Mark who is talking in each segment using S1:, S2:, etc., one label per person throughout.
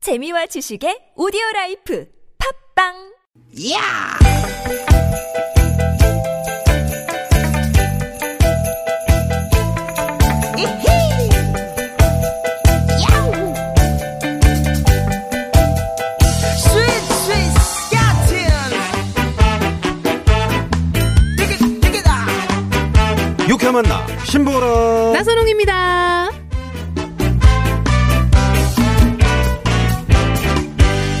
S1: 재미와 지식의 오디오 라이프 팝빵!
S2: 야! 이히! 야우! 스윗 스윗 스캇틴! 티켓 티켓아!
S3: 육회 만나 신보라
S4: 나선홍입니다.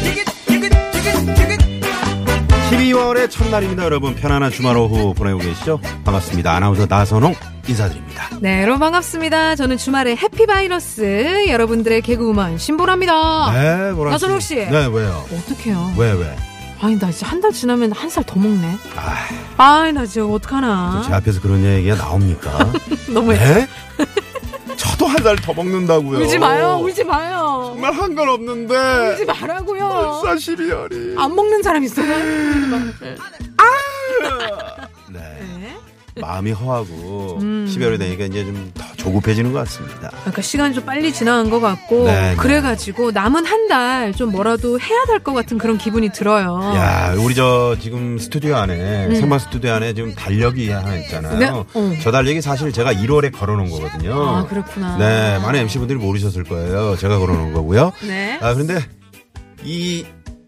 S2: 티켓 티켓 티켓 티켓
S3: 12월의 첫날입니다 여러분 편안한 주말 오후 보내고 계시죠 반갑습니다 아나운서 나선홍 인사드립니다
S4: 네, 여러분 반갑습니다. 저는 주말에 해피바이러스 여러분들의 개그우먼 신보라입니다.
S3: 네 보라
S4: 아, 나선홍 씨.
S3: 네 왜요
S4: 어떡해요.
S3: 왜왜
S4: 아니, 나 진짜 한 달 지나면 한 살 더 먹네.
S3: 아,
S4: 아이, 나 지금
S3: 제
S4: 어떡하나.
S3: 앞에서 그런 얘기가 나옵니까?
S4: 아. 너무
S3: 네? 저도 한 살 더 먹는다고요.
S4: 울지 마요, 울지 마요.
S3: 정말 한 건 없는데.
S4: 울지 마라고요. 아.
S3: 벌써 12월이.
S4: 안 먹는 사람 있어요?
S3: 네.
S4: 네.
S3: 마음이 허하고
S4: 음.
S3: 12월이 되니까 이제 좀 더 조급해지는 것 같습니다.
S4: 그러니까 시간이 좀 빨리 지나간 것
S3: 네,
S4: 같고
S3: 네.
S4: 그래가지고 남은 한 달 좀 뭐라도 해야 될 것 같은 그런 기분이 들어요.
S3: 야, 우리 저 지금 스튜디오 안에 생방 스튜디오 안에 지금 달력이 하나 있잖아요.
S4: 네, 어.
S3: 저 달력이 사실 제가 1월에 걸어놓은 거거든요.
S4: 아, 그렇구나.
S3: 네, 많은 MC 분들이 모르셨을 거예요. 제가 걸어놓은 거고요.
S4: 네.
S3: 아 그런데 이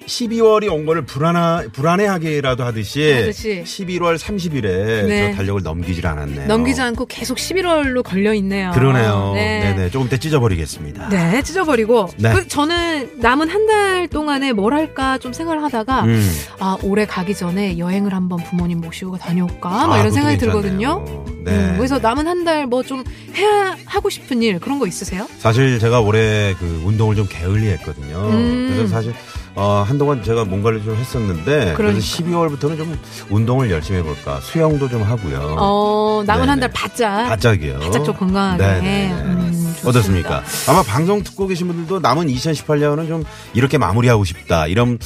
S3: 12월이 온 거를 불안하 불안해하게라도 하듯이,
S4: 하듯이.
S3: 11월 30일에
S4: 네.
S3: 저 달력을 넘기질 않았네요.
S4: 넘기지 않고 계속 11월로 걸려 있네요.
S3: 그러네요. 네,
S4: 네.
S3: 네, 조금 이따 찢어버리겠습니다.
S4: 네, 찢어버리고.
S3: 네.
S4: 그 저는 남은 한 달 동안에 뭘 할까 좀 생각을 하다가,
S3: 음.
S4: 아, 올해 가기 전에 여행을 한번 부모님 모시고 다녀올까? 막
S3: 아,
S4: 이런
S3: 그것도
S4: 생각이
S3: 괜찮네요.
S4: 들거든요.
S3: 네.
S4: 음, 그래서 남은 한 달 뭐 좀 해야 하고 싶은 일 그런 거 있으세요?
S3: 사실 제가 올해 그 운동을 좀 게을리 했거든요.
S4: 음.
S3: 그래서 사실 어, 한동안 제가 뭔가를 좀 했었는데 그래서
S4: 그러니까.
S3: 12월부터는 좀 운동을 열심히 해볼까. 수영도 좀 하고요.
S4: 어, 남은
S3: 네네.
S4: 한 달 바짝.
S3: 바짝이요.
S4: 바짝 좀 건강하게.
S3: 네네네.
S4: 음, 좋습니다.
S3: 어떻습니까? 아마 방송 듣고 계신 분들도 남은 2018년은 좀 이렇게 마무리하고 싶다. 이런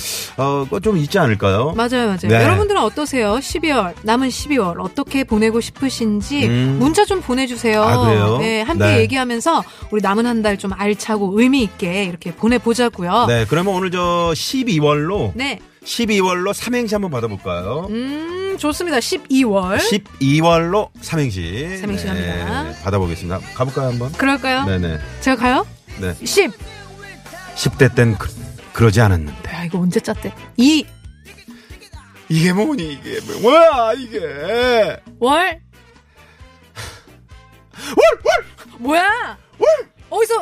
S3: 어좀 있지 않을까요?
S4: 맞아요, 맞아요.
S3: 네.
S4: 여러분들은 어떠세요? 12월, 남은 12월, 어떻게 보내고 싶으신지,
S3: 음.
S4: 문자 좀 보내주세요.
S3: 아, 그래요?
S4: 네, 함께
S3: 네.
S4: 얘기하면서, 우리 남은 한 달 좀 알차고 의미있게 이렇게 보내보자고요.
S3: 네, 그러면 오늘 저 12월로
S4: 네.
S3: 12월로 삼행시 한번 받아볼까요?
S4: 음, 좋습니다. 12월.
S3: 12월로 삼행시. 네,
S4: 삼행시 갑니다.
S3: 받아보겠습니다. 가볼까요 한번?
S4: 그럴까요?
S3: 네네.
S4: 제가 가요?
S3: 네.
S4: 10.
S3: 10대 땐 그, 그러지 않았는데.
S4: 야, 이거 언제 짰대? 2.
S3: 이게 뭐니, 이게 뭐야, 이게.
S4: 월. 뭐야? 어디서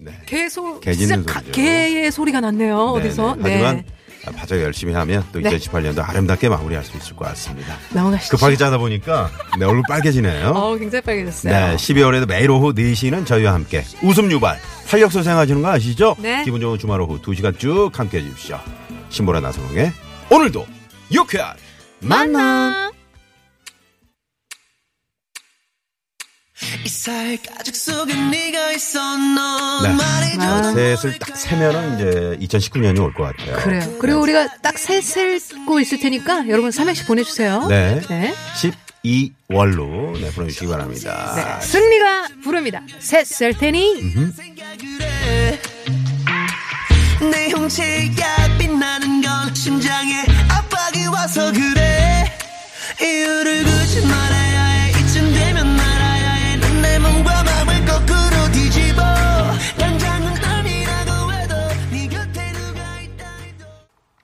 S3: 네.
S4: 개소
S3: 개 짖는
S4: 진짜 가-
S3: 소리죠.
S4: 개의 소리가 났네요. 어디서?
S3: 네네. 하지만 아, 바짝 열심히 하면 또
S4: 네.
S3: 2018년도 아름답게 마무리할 수 있을 것 같습니다.
S4: 넘어가시죠.
S3: 급하게 짜다 보니까 내 얼굴 빨개지네요.
S4: 어, 굉장히 빨개졌어요.
S3: 네, 12월에도 매일 오후 4시는 저희와 함께 웃음 유발, 활력소 생하시는 거 아시죠?
S4: 네.
S3: 기분 좋은 주말 오후 2시간 쭉 함께 해주십시오. 신보라 나선홍의 오늘도 유쾌한 만남!
S2: 이살 가죽 속에 네가 있어 넌
S3: 네.
S2: 말해줘
S4: 아.
S3: 셋을 딱 세면은 이제 2019년이 올 것 같아요.
S4: 그래요. 그리고 우리가 딱 셋을 고 있을 테니까 여러분 삼행시 보내주세요.
S3: 네.
S4: 네.
S3: 12월로 네, 보내주시기 바랍니다.
S4: 네. 승리가 부릅니다. 셋 쓸 테니.
S2: 생각을 해내 형체가 빛나는 건 심장에 압박이 와서 그래 이유를 굳이 말아야 해 이쯤 되면 알아야 해내 몸과 마음을 거꾸로 뒤집어 당장은 아니라고 해도 네 곁에 누가 있다 해도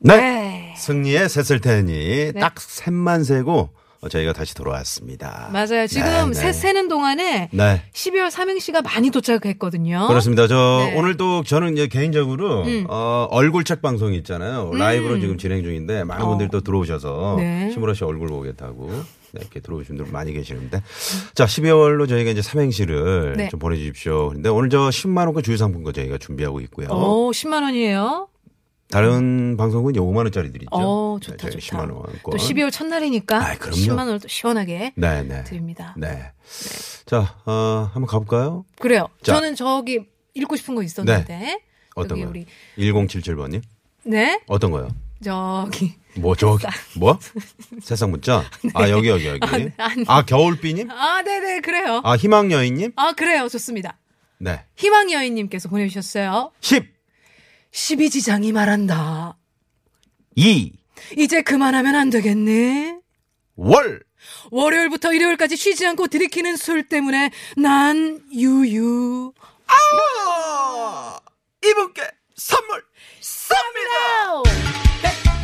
S3: 네.
S4: 네.
S3: 승리의 셋을 테니
S4: 네.
S3: 딱 셋만 세고 저희가 다시 돌아왔습니다.
S4: 맞아요.
S3: 네,
S4: 지금
S3: 네.
S4: 셋 세는 동안에
S3: 네.
S4: 12월 삼행시가 많이 도착했거든요.
S3: 그렇습니다. 저
S4: 네.
S3: 오늘 또 저는 이제 개인적으로
S4: 음.
S3: 어, 얼굴 책 방송이 있잖아요. 라이브로 지금 진행 중인데 많은
S4: 어.
S3: 분들이 또 들어오셔서
S4: 네.
S3: 신보라 씨 얼굴 보겠다고 네, 이렇게 들어오신 분들 많이 계시는데 자 12월로 저희가 이제 삼행시를
S4: 네.
S3: 좀 보내주십시오. 근데 오늘 저 10만 원권 주유상품권 저희가 준비하고 있고요.
S4: 오, 10만 어, 원이에요.
S3: 다른 방송은 이제 5만 원짜리들 있죠.
S4: 어, 좋다,
S3: 네, 저희
S4: 좋다.
S3: 10만 원권.
S4: 또 12월 첫날이니까
S3: 아이, 그럼요.
S4: 10만 원을 또 시원하게
S3: 네, 네.
S4: 드립니다.
S3: 네. 자, 어, 한번 가볼까요?
S4: 그래요.
S3: 자. 네.
S4: 저는 저기 읽고 싶은 거 있었는데.
S3: 어떤
S4: 여기
S3: 거요?
S4: 우리
S3: 1077번님.
S4: 네?
S3: 어떤 거요?
S4: 저기
S3: 뭐 저기 뭐? 세상 문자? 아 여기 여기 여기.
S4: 아, 네, 아니.
S3: 아 겨울비님?
S4: 아, 네네, 그래요.
S3: 아 희망여인님?
S4: 아, 그래요. 좋습니다.
S3: 네.
S4: 희망여인님께서 보내주셨어요.
S3: 10
S4: 십이지장이 말한다.
S3: 2,
S4: 이제 그만하면 안 되겠네.
S3: 월.
S4: 월요일부터 일요일까지 쉬지 않고 들이키는 술 때문에 난 유유.
S3: 아, 이분께 선물 쏩니다.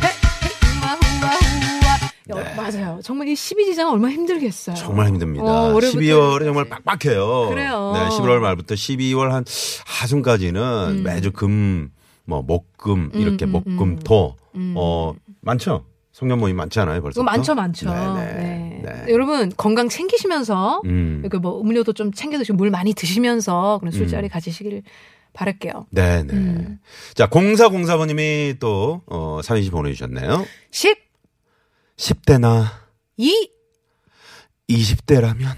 S4: 여- 네. 맞아요. 정말 이 십이지장 얼마나 힘들겠어요.
S3: 네. 정말 힘듭니다.
S4: 어, 월요일부터
S3: 12월에 정말 빡빡해요.
S4: 그래요.
S3: 네, 11월 말부터 12월 한 하순까지는
S4: 음.
S3: 매주 금, 뭐, 목, 금, 이렇게 목, 금, 토. 어, 많죠? 성년 모임 많지 않아요, 벌써?
S4: 이거 음. 어, 많죠, 많죠.
S3: 네, 네.
S4: 네.
S3: 네.
S4: 여러분 건강 챙기시면서
S3: 음.
S4: 이렇게 뭐 음료도 좀 챙겨 드시고 물 많이 드시면서 그런
S3: 음.
S4: 술자리 가지시길 바랄게요.
S3: 네, 네.
S4: 음.
S3: 자, 0404번님이 또, 어, 사연시 보내주셨네요. 10대나
S4: 12월
S3: 20대라면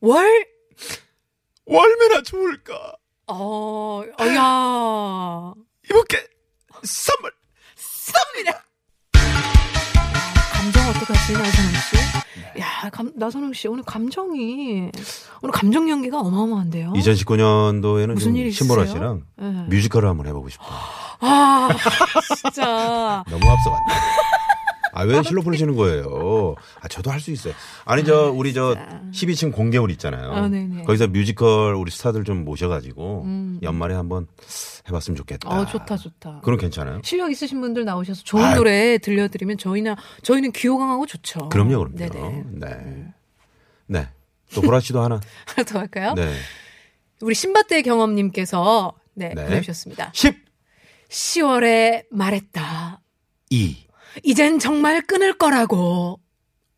S3: 월매나 좋을까?
S4: 어, 어야.
S3: 이분께 선물 쏩니다.
S4: 감정 어떡하지, 나선홍
S3: 네.
S4: 씨? 야, 감, 나선홍 씨, 오늘 감정이, 오늘 감정 연기가 어마어마한데요?
S3: 2019년도에는
S4: 무슨 일
S3: 좀 신보라
S4: 있으세요?
S3: 씨랑
S4: 네.
S3: 뮤지컬을 한번 해보고 싶어요.
S4: 아, 진짜.
S3: 너무 앞서갔네. 아, 왜 실로 풀리시는 거예요? 아, 저도 할 수 있어요. 아니, 저, 우리 저 12층 공개홀 있잖아요.
S4: 아, 네네.
S3: 거기서 뮤지컬 우리 스타들 좀 모셔가지고
S4: 음.
S3: 연말에 한번 해봤으면 좋겠다.
S4: 어, 좋다, 어, 좋다.
S3: 아. 그럼 괜찮아요?
S4: 실력 있으신 분들 나오셔서 좋은
S3: 아유.
S4: 노래 들려드리면 저희는, 저희는 귀호강하고 좋죠.
S3: 그럼요, 그럼요.
S4: 네네. 음.
S3: 네. 네. 또 보라 씨도 하나.
S4: 하나 더 할까요?
S3: 네.
S4: 우리 신밧드의 경험님께서, 네,
S3: 네.
S4: 보내주셨습니다.
S3: 10,
S4: 10월에 말했다.
S3: 2,
S4: 이젠 정말 끊을 거라고.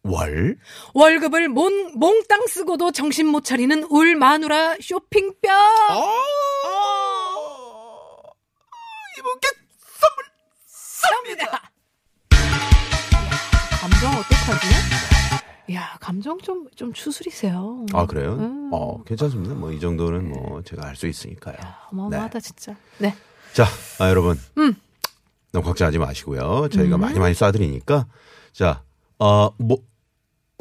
S3: 월.
S4: 월급을 몽, 몽땅 쓰고도 정신 못 차리는 울 마누라 쇼핑뼈.
S3: 어! 이분께
S4: 쏩니다. 감정 어떡하지? 야 감정 좀, 좀 추스리세요.
S3: 아 그래요?
S4: 음. 네.
S3: 어 괜찮습니다. 뭐 이 정도는 뭐 제가 알 수 있으니까요.
S4: 어마어마하다, 진짜. 네.
S3: 자, 아, 여러분.
S4: 음.
S3: 너무 걱정하지 마시고요. 저희가 많이 많이 쏴드리니까 자, 어뭐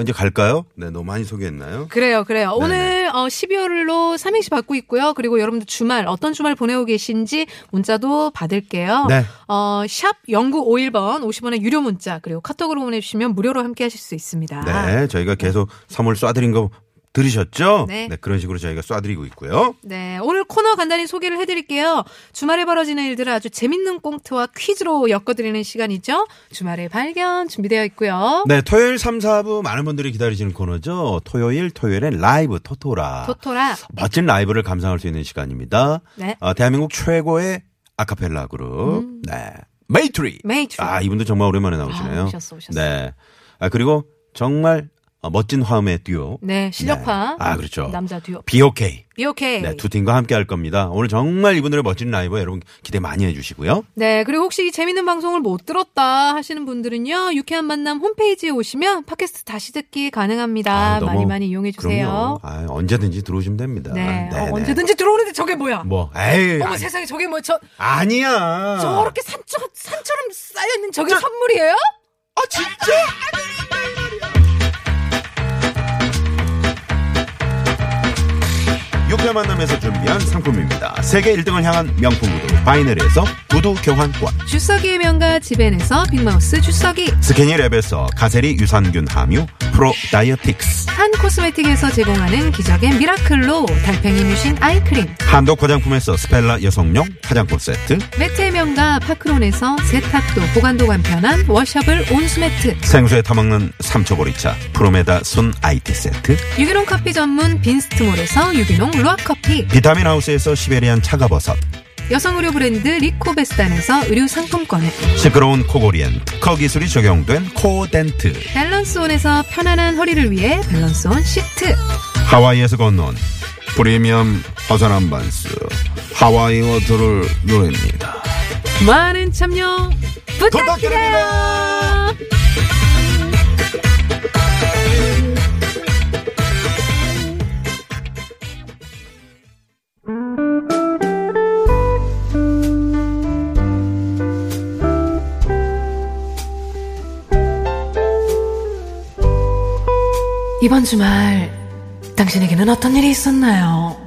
S3: 이제 갈까요? 네, 너무 많이 소개했나요?
S4: 그래요,
S3: 네네.
S4: 그래요. 오늘 어, 12월로 3행시 받고 있고요. 그리고 여러분들 주말, 어떤 주말 보내고 계신지 문자도 받을게요.
S3: 네.
S4: 어, 샵 0951번 50원의 유료 문자, 그리고 카톡으로 보내주시면 무료로 함께 하실 수 있습니다.
S3: 네, 저희가 계속 3월 쏴드린 거 들으셨죠?
S4: 네.
S3: 그런 식으로 저희가 쏴드리고 있고요.
S4: 네, 오늘 코너 간단히 소개를 해드릴게요. 주말에 벌어지는 일들을 아주 재밌는 꽁트와 퀴즈로 엮어드리는 시간이죠. 주말의 발견 준비되어 있고요.
S3: 네, 토요일 3, 4부 많은 분들이 기다리시는 코너죠. 토요일, 토요일엔 라이브 토토라.
S4: 토토라.
S3: 멋진 라이브를 감상할 수 있는 시간입니다.
S4: 네. 음.
S3: 어, 대한민국 최고의 아카펠라 그룹. 네. 메이트리.
S4: 메이트리.
S3: 아, 이분도 정말 오랜만에 나오시네요.
S4: 아, 오셨어, 오셨어.
S3: 네. 아, 그리고 정말 어, 멋진 화음의 듀오.
S4: 네, 실력파.
S3: 네. 아, 그렇죠.
S4: 남자 듀오.
S3: BOK.
S4: BOK.
S3: 네, 두 팀과 함께 할 겁니다. 오늘 정말 이분들의 멋진 라이브 여러분 기대 많이 해 주시고요.
S4: 네, 그리고 혹시 이 재밌는 방송을 못 들었다 하시는 분들은요, 유쾌한 만남 홈페이지에 오시면 팟캐스트 다시 듣기 가능합니다. 아,
S3: 아,
S4: 많이 많이 이용해
S3: 그럼요.
S4: 주세요.
S3: 아, 언제든지 들어오시면 됩니다.
S4: 네, 어,
S3: 네.
S4: 언제든지 들어오는데 저게 뭐야?
S3: 뭐, 에이.
S4: 어머
S3: 아니,
S4: 세상에 저게 뭐 저,
S3: 아니야.
S4: 저렇게 산처, 산처럼 쌓여있는 저게 선물이에요?
S3: 아, 진짜? 육회 만남에서 준비한 상품입니다. 세계 1등을 향한 명품 구두 바이너리에서 구두 교환권
S4: 주석이의 명가 집엔에서 빅마우스 주석이
S3: 스케니랩에서 가세리 유산균 함유 프로 다이어틱스
S4: 한 코스메틱에서 제공하는 기적의 미라클로 달팽이 뮤신 아이크림
S3: 한독 화장품에서 스펠라 여성용 화장품 세트
S4: 매트의 명가 파크론에서 세탁도 보관도 간편한 워셔블 온수매트
S3: 생수에 타먹는 삼초보리차 프로메다 순 IT 세트
S4: 유기농 커피 전문 빈스트몰에서 유기농 루아커피
S3: 비타민 하우스에서 시베리안 차가버섯
S4: 여성 의료 브랜드 리코베스탄에서 의류 상품권을
S3: 시끄러운 코골이엔 특허 기술이 적용된 코덴트
S4: 밸런스온에서 편안한 허리를 위해 밸런스온 시트
S3: 하와이에서 건너온 프리미엄 허산한 반스 하와이 워터를 누립니다.
S4: 많은 참여 부탁드려요 이번 주말 당신에게는 어떤 일이 있었나요?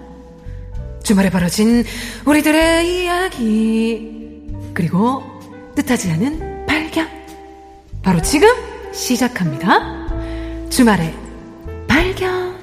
S4: 주말에 벌어진 우리들의 이야기 그리고 뜻하지 않은 발견. 바로 지금 시작합니다. 주말에 발견.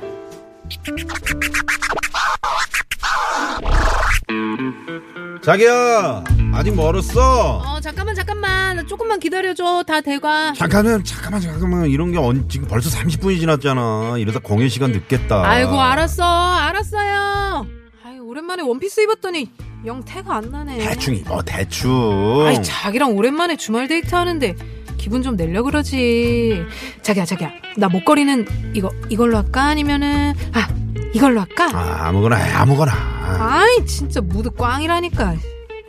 S3: 자기야 아직 멀었어.
S4: 어, 잠깐만, 잠깐만. 조금만 기다려줘. 다 대관.
S3: 잠깐만 잠깐만 잠깐만 이런 게 언, 지금 벌써 30분이 지났잖아. 이러다 공연 시간 늦겠다.
S4: 아이고, 알았어. 알았어요. 아이, 오랜만에 원피스 입었더니 영 태가 안 나네.
S3: 대충 입어 뭐, 대충.
S4: 아이, 자기랑 오랜만에 주말 데이트 하는데 기분 좀 내려 그러지. 자기야, 자기야. 나 목걸이는 이거, 이걸로 할까? 아니면은, 아, 이걸로 할까?
S3: 아, 아무거나 해, 아무거나.
S4: 아이 진짜 무드 꽝이라니까.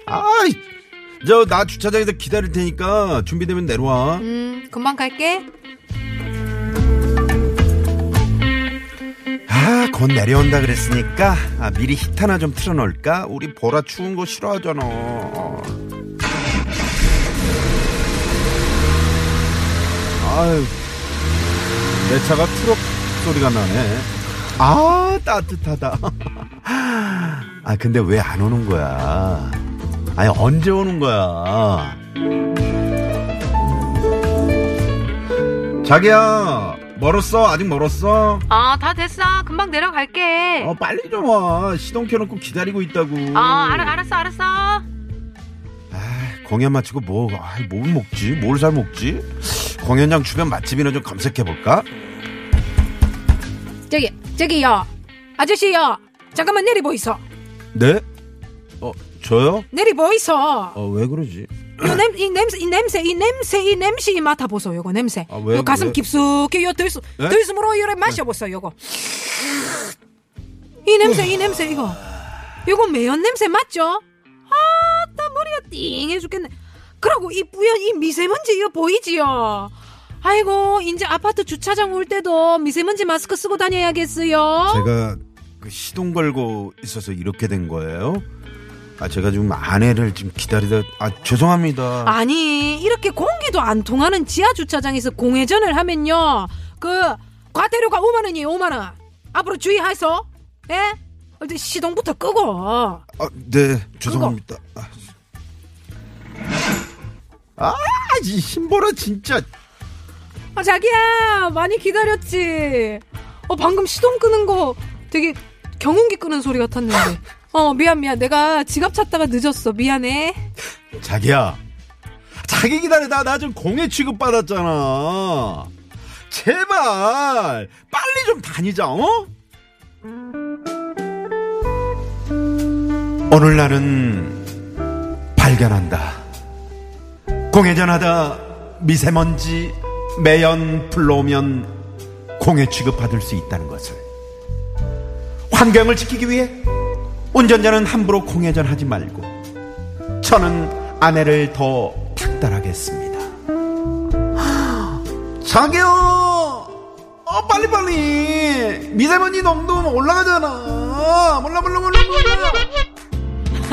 S3: 아이 저 나 주차장에서 기다릴 테니까 준비되면 내려와.
S4: 음 금방 갈게.
S3: 아, 곧 내려온다 그랬으니까 아, 미리 히트 하나 좀 틀어놓을까? 우리 보라 추운 거 싫어하잖아. 아유, 내 차가 트럭 소리가 나네. 아, 따뜻하다. 아, 근데 왜 안 오는 거야? 아니, 언제 오는 거야? 자기야, 멀었어? 아직 멀었어?
S4: 아 다 됐어. 금방 내려갈게.
S3: 아, 빨리 좀 와. 시동 켜놓고 기다리고 있다고.
S4: 아 알아 알았어 알았어.
S3: 아, 공연 마치고 뭐, 아, 뭘 먹지? 뭘 잘 먹지? 공연장 주변 맛집이나 좀 검색해볼까?
S4: 저기 저기요 아저씨요 잠깐만 내리 보이소
S3: 네? 어, 저요?
S4: 내리 보이소.
S3: 어, 왜 그러지?
S4: 요냄이 냄새 이 냄새 이 냄새 이 냄새 이 맡아 보소 요거 냄새.
S3: 아, 왜요?
S4: 요 가슴
S3: 왜?
S4: 깊숙이 요 들숨
S3: 예?
S4: 들숨으로 요래 마셔 보소 요거. 이 냄새 이 냄새 이거 요거 매연 냄새 맞죠? 아따 머리가 띵해 죽겠네. 그러고 이 뿌연 이 미세먼지 이거 보이지요? 아이고 이제 아파트 주차장 올 때도 미세먼지 마스크 쓰고 다녀야겠어요.
S3: 제가 그 시동 걸고 있어서 이렇게 된 거예요? 아, 제가 지금 아내를 지금 기다리다, 아, 죄송합니다.
S4: 아니 이렇게 공기도 안 통하는 지하 주차장에서 공회전을 하면요 그 과태료가 5만 원이에요 5만 원 앞으로 주의하소 예? 어제 시동부터 끄고
S3: 아, 네, 죄송합니다. 아, 아, 이 신보라 진짜.
S4: 아 자기야 많이 기다렸지 어 방금 시동 끄는 거 되게 경운기 끄는 소리 같았는데 어 미안 미안 내가 지갑 찾다가 늦었어 미안해
S3: 자기야 자기 기다리다 나 지금 공해 취급 받았잖아 제발 빨리 좀 다니자 어? 오늘 나는 발견한다 공회전하다 미세먼지 매연 불러오면 공해 취급받을 수 있다는 것을 환경을 지키기 위해 운전자는 함부로 공회전하지 말고 저는 아내를 더 탁달하겠습니다. 자기야, 어, 빨리빨리. 미세먼지 농도 올라가잖아. 몰라, 몰라, 몰라, 네,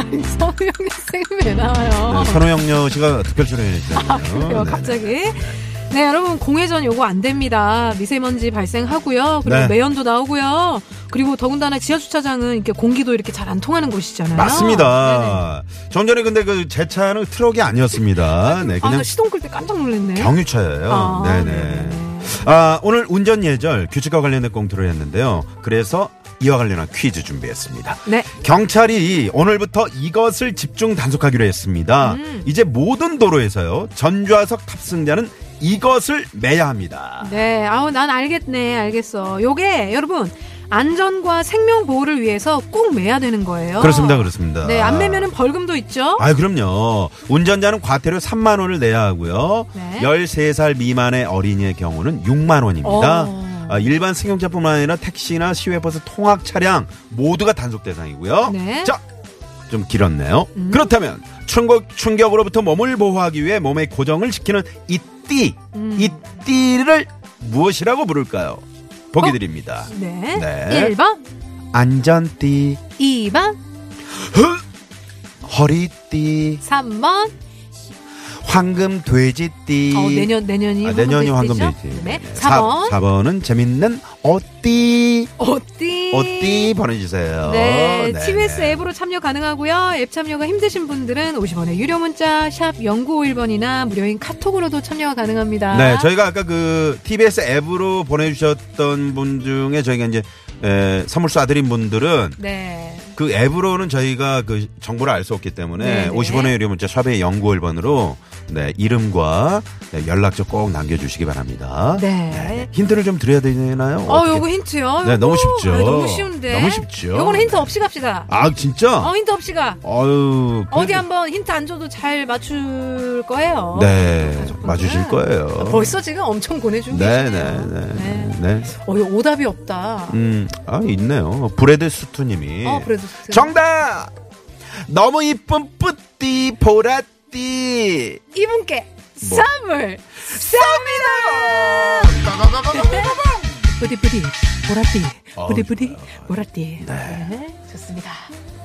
S3: 몰라.
S4: 성형이 쌤왜
S3: 네.
S4: 나와요
S3: 선호영녀 씨가 특별 출연했잖아요.
S4: 어. 그래요,
S3: 네.
S4: 갑자기. 네, 여러분, 공회전 요거 안 됩니다. 미세먼지 발생하고요. 그리고
S3: 네.
S4: 매연도 나오고요. 그리고 더군다나 지하주차장은 이렇게 공기도 이렇게 잘 안 통하는 곳이잖아요. 네네.
S3: 맞습니다. 전 전에 근데 그 제 차는 트럭이 아니었습니다. 네,
S4: 아,
S3: 그냥
S4: 나 시동 끌 때 깜짝 놀랐네.
S3: 경유차예요.
S4: 아,
S3: 네네.
S4: 네네.
S3: 아, 오늘 운전 예절 규칙과 관련된 공투를 했는데요. 그래서 이와 관련한 퀴즈 준비했습니다.
S4: 네.
S3: 경찰이 오늘부터 이것을 집중 단속하기로 했습니다.
S4: 음.
S3: 이제 모든 도로에서요. 전좌석 탑승자는 이것을 매야 합니다.
S4: 네, 아우, 난 알겠네, 알겠어. 요게, 여러분, 안전과 생명 보호를 위해서 꼭 매야 되는 거예요.
S3: 그렇습니다. 그렇습니다.
S4: 네, 안 매면은 벌금도 있죠.
S3: 아, 그럼요. 운전자는 과태료 3만 원을 내야 하고요.
S4: 네.
S3: 13살 미만의 어린이의 경우는 6만 원입니다.
S4: 어.
S3: 아, 일반 승용차뿐만 아니라 택시나 시외버스 통학 차량 모두가 단속 대상이고요.
S4: 네. 음.
S3: 자, 좀 길었네요. 그렇다면 충격, 충격으로부터 몸을 보호하기 위해 몸의 고정을 지키는 이띠,
S4: 음.
S3: 이띠를 무엇이라고 부를까요? 보기
S4: 어?
S3: 드립니다.
S4: 네.
S3: 네.
S4: 1번,
S3: 안전띠,
S4: 2번,
S3: 허리띠,
S4: 3번.
S3: 황금 돼지띠.
S4: 어, 내년, 내년이
S3: 아, 내년이 황금 돼지.
S4: 황금돼지죠? 네. 4번.
S3: 4번은 재밌는 어띠
S4: 어띠.
S3: 어띠 보내주세요.
S4: 네,
S3: 네,
S4: TBS
S3: 네.
S4: 앱으로 참여 가능하고요. 앱 참여가 힘드신 분들은 50원의 유료 문자 샵 0951번이나 무료인 카톡으로도 참여가 가능합니다.
S3: 네, 저희가 아까 그 TBS 앱으로 보내주셨던 분 중에 저희가 이제 에, 선물 쏴드린 분들은
S4: 네.
S3: 그 앱으로는 저희가 그 정보를 알 수 없기 때문에
S4: 네네.
S3: 50원의 유료 문자 샵의 0951번으로 네, 이름과 네, 연락처 꼭 남겨주시기 바랍니다.
S4: 네.
S3: 힌트를 좀 드려야 되나요?
S4: 어,
S3: 어떻게?
S4: 요거 힌트요.
S3: 네,
S4: 요거.
S3: 너무 쉽죠.
S4: 아, 너무 쉬운데.
S3: 너무 쉽죠.
S4: 요거는 힌트 없이 갑시다.
S3: 아, 진짜?
S4: 어, 힌트 없이 가.
S3: 어유
S4: 어디 한번 힌트 안 줘도 잘 맞출 거예요.
S3: 네,
S4: 어, 가족분들. 아,
S3: 맞으실 거예요.
S4: 벌써 지금 엄청 보내주고
S3: 네, 네,
S4: 계시네요.
S3: 네,
S4: 네.
S3: 네. 네.
S4: 어, 이거 오답이 없다.
S3: 음, 아, 있네요. 브레드 스투님이.
S4: 어, 브래드 스튜.
S3: 정답! 너무 이쁜 뿌띠, 보라띠.
S4: 이분께
S3: 뭐.
S4: 선물 쏩니다. 뿌디뿌디 보라띠
S3: 어,
S4: 뿌디뿌디 보라띠 네, 좋습니다.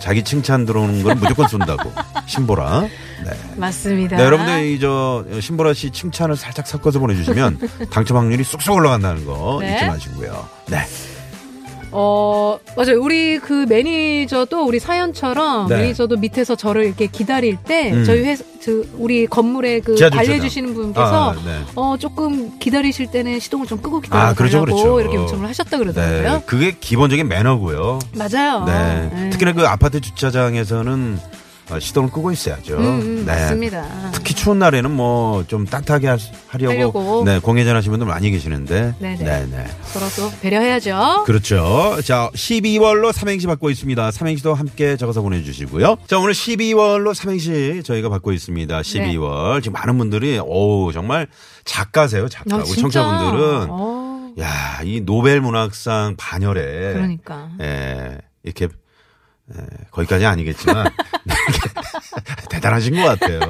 S3: 자기 칭찬 들어오는 건 무조건 쏜다고. 신보라. 네.
S4: 맞습니다.
S3: 네, 여러분들, 이, 저, 신보라 씨 칭찬을 살짝 섞어서 보내주시면 당첨 확률이 쑥쑥 올라간다는 거
S4: 네.
S3: 잊지 마시고요. 네.
S4: 어 맞아요. 우리 그 매니저도 우리 사연처럼
S3: 네.
S4: 매니저도 밑에서 저를 이렇게 기다릴 때
S3: 음.
S4: 저희 회사 저, 우리 건물에 그
S3: 지하 주차장.
S4: 알려주시는 분께서
S3: 아, 네.
S4: 어 조금 기다리실 때는 시동을 좀 끄고 기다리라고
S3: 아, 그렇죠, 그렇죠.
S4: 이렇게 요청을 하셨다 그러더라고요.
S3: 네. 그게 기본적인 매너고요.
S4: 맞아요.
S3: 네.
S4: 네.
S3: 특히나 그 아파트 주차장에서는 어, 시동을 끄고 있어야죠.
S4: 음, 음,
S3: 네.
S4: 맞습니다.
S3: 특히 추운 날에는 뭐 좀 따뜻하게 하- 하려고,
S4: 하려고.
S3: 네, 공회전 하시는 분들 많이 계시는데.
S4: 네네.
S3: 네네.
S4: 서로 또 배려해야죠.
S3: 그렇죠. 자, 12월로 삼행시 받고 있습니다. 삼행시도 함께 적어서 보내주시고요. 자, 오늘 12월로 삼행시 저희가 받고 있습니다.
S4: 네.
S3: 12월. 지금 많은 분들이, 오, 정말 작가세요, 작가.
S4: 아,
S3: 우리
S4: 진짜.
S3: 청취자분들은.
S4: 어,
S3: 야, 이 노벨 문학상 반열에.
S4: 그러니까.
S3: 예, 이렇게, 예, 거기까지 아니겠지만. 네, 대단하신 것 같아요.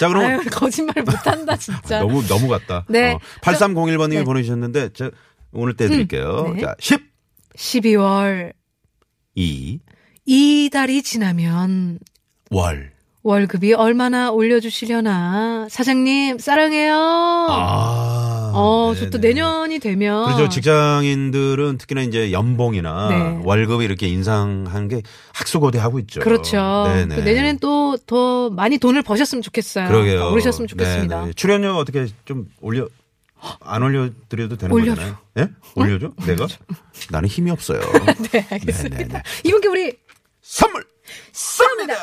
S3: 자, 그럼
S4: 아유, 거짓말 못한다, 진짜.
S3: 너무 너무 갔다.
S4: 네.
S3: 어, 8301번님이
S4: 네.
S3: 보내주셨는데 저 오늘 때 드릴게요.
S4: 음, 네.
S3: 자, 10,
S4: 12월
S3: 2,
S4: 이 달이 지나면
S3: 월.
S4: 월급이 얼마나 올려주시려나. 사장님, 사랑해요.
S3: 아.
S4: 어,
S3: 네네.
S4: 저 또 내년이 되면.
S3: 그렇죠. 직장인들은 특히나 이제 연봉이나
S4: 네.
S3: 월급이 이렇게 인상한 게 학수고대하고 있죠.
S4: 그렇죠.
S3: 어, 네네.
S4: 또 내년엔 또 더 많이 돈을 버셨으면 아, 좋겠어요.
S3: 그러게요.
S4: 오르셨으면 좋겠습니다.
S3: 네네. 출연료 어떻게 좀 올려 안 올려드려도 되는
S4: 올려줘. 그렇죠.
S3: 거잖아요. 예? 올려줘? 내가? 나는 힘이 없어요.
S4: 네, 알겠습니다.
S3: 네네네.
S4: 이분께 우리
S3: 선물 쏩니다.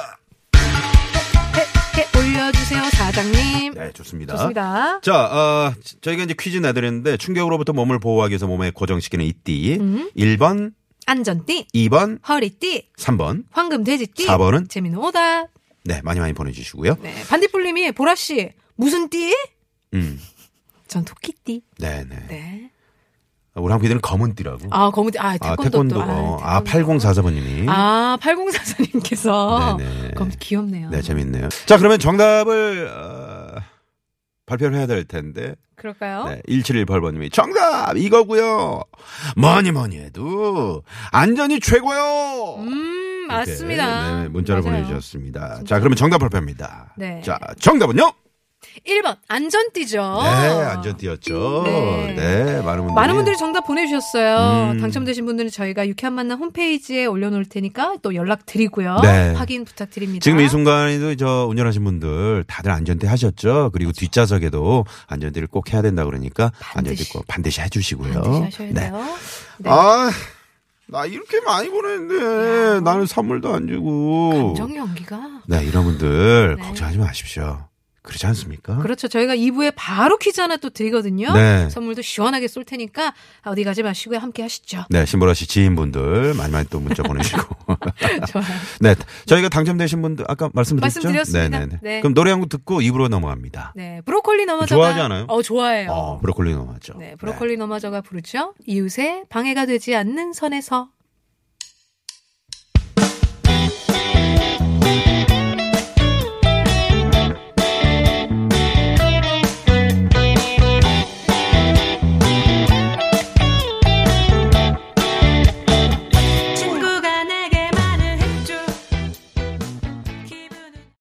S4: 해, 해 올려주세요, 사장님.
S3: 네, 좋습니다.
S4: 좋습니다.
S3: 자, 아, 지- 저희가 이제 퀴즈 내드렸는데 충격으로부터 몸을 보호하기 위해서 몸에 고정시키는 이띠.
S4: 음.
S3: 1번,
S4: 안전띠,
S3: 2번,
S4: 허리띠,
S3: 3번.
S4: 황금 돼지띠.
S3: 사 번은?
S4: 재미는 오다.
S3: 네, 많이 많이 보내주시고요.
S4: 네, 반딧불님이 보라씨, 무슨 띠?
S3: 음,
S4: 전 토끼띠.
S3: 네, 네.
S4: 네.
S3: 우리 한 PD는 검은띠라고.
S4: 아, 검은띠. 아,
S3: 아,
S4: 태권도. 또. 네,
S3: 태권도고. 아,
S4: 태권도.
S3: 8044번님이.
S4: 아, 8044님께서.
S3: 네네.
S4: 아, 검 귀엽네요.
S3: 네, 재밌네요. 자, 그러면 정답을, 어, 발표를 해야 될 텐데.
S4: 그럴까요?
S3: 네, 1718번님이 정답! 이거고요 뭐니 뭐니 해도 안전이 최고요!
S4: 음,
S3: 이렇게,
S4: 맞습니다.
S3: 네, 문자를
S4: 맞아요.
S3: 보내주셨습니다. 자, 그러면 정답 발표합니다.
S4: 네.
S3: 자, 정답은요?
S4: 1번, 안전띠죠.
S3: 네, 안전띠였죠.
S4: 어. 네.
S3: 네. 많은 분들이.
S4: 많은 분들이 정답 보내주셨어요.
S3: 음.
S4: 당첨되신 분들은 저희가 유쾌한 만남 홈페이지에 올려놓을 테니까 또 연락드리고요.
S3: 네.
S4: 확인 부탁드립니다.
S3: 지금 이 순간에도 저 운전하신 분들 다들 안전띠 하셨죠? 그리고 뒷좌석에도 안전띠를 꼭 해야 된다 그러니까 안전띠
S4: 반드시.
S3: 꼭 반드시 해주시고요.
S4: 반드시 하셔야
S3: 네.
S4: 돼요. 네.
S3: 아, 나 이렇게 많이 보냈는데 나는 선물도 안 주고.
S4: 감정 연기가.
S3: 네, 이런 분들
S4: 네.
S3: 걱정하지 마십시오. 그렇지 않습니까?
S4: 그렇죠. 저희가 2부에 바로 퀴즈 하나 또 드리거든요.
S3: 네.
S4: 선물도 시원하게 쏠 테니까 어디 가지 마시고요. 함께 하시죠.
S3: 네, 신보라 씨 지인분들 많이 많이 또 문자 보내시고.
S4: 좋아요.
S3: 네, 저희가 당첨되신 분들 아까 말씀드렸죠?
S4: 말씀드렸습니다.
S3: 네네네.
S4: 네.
S3: 그럼 노래 한 곡 듣고 입으로 넘어갑니다.
S4: 네. 브로콜리 넘어져가.
S3: 좋아하지 않아요?
S4: 어, 좋아해요.
S3: 어, 네. 브로콜리 넘어갔죠.
S4: 네. 브로콜리 넘어져가 부르죠. 이웃의 방해가 되지 않는 선에서.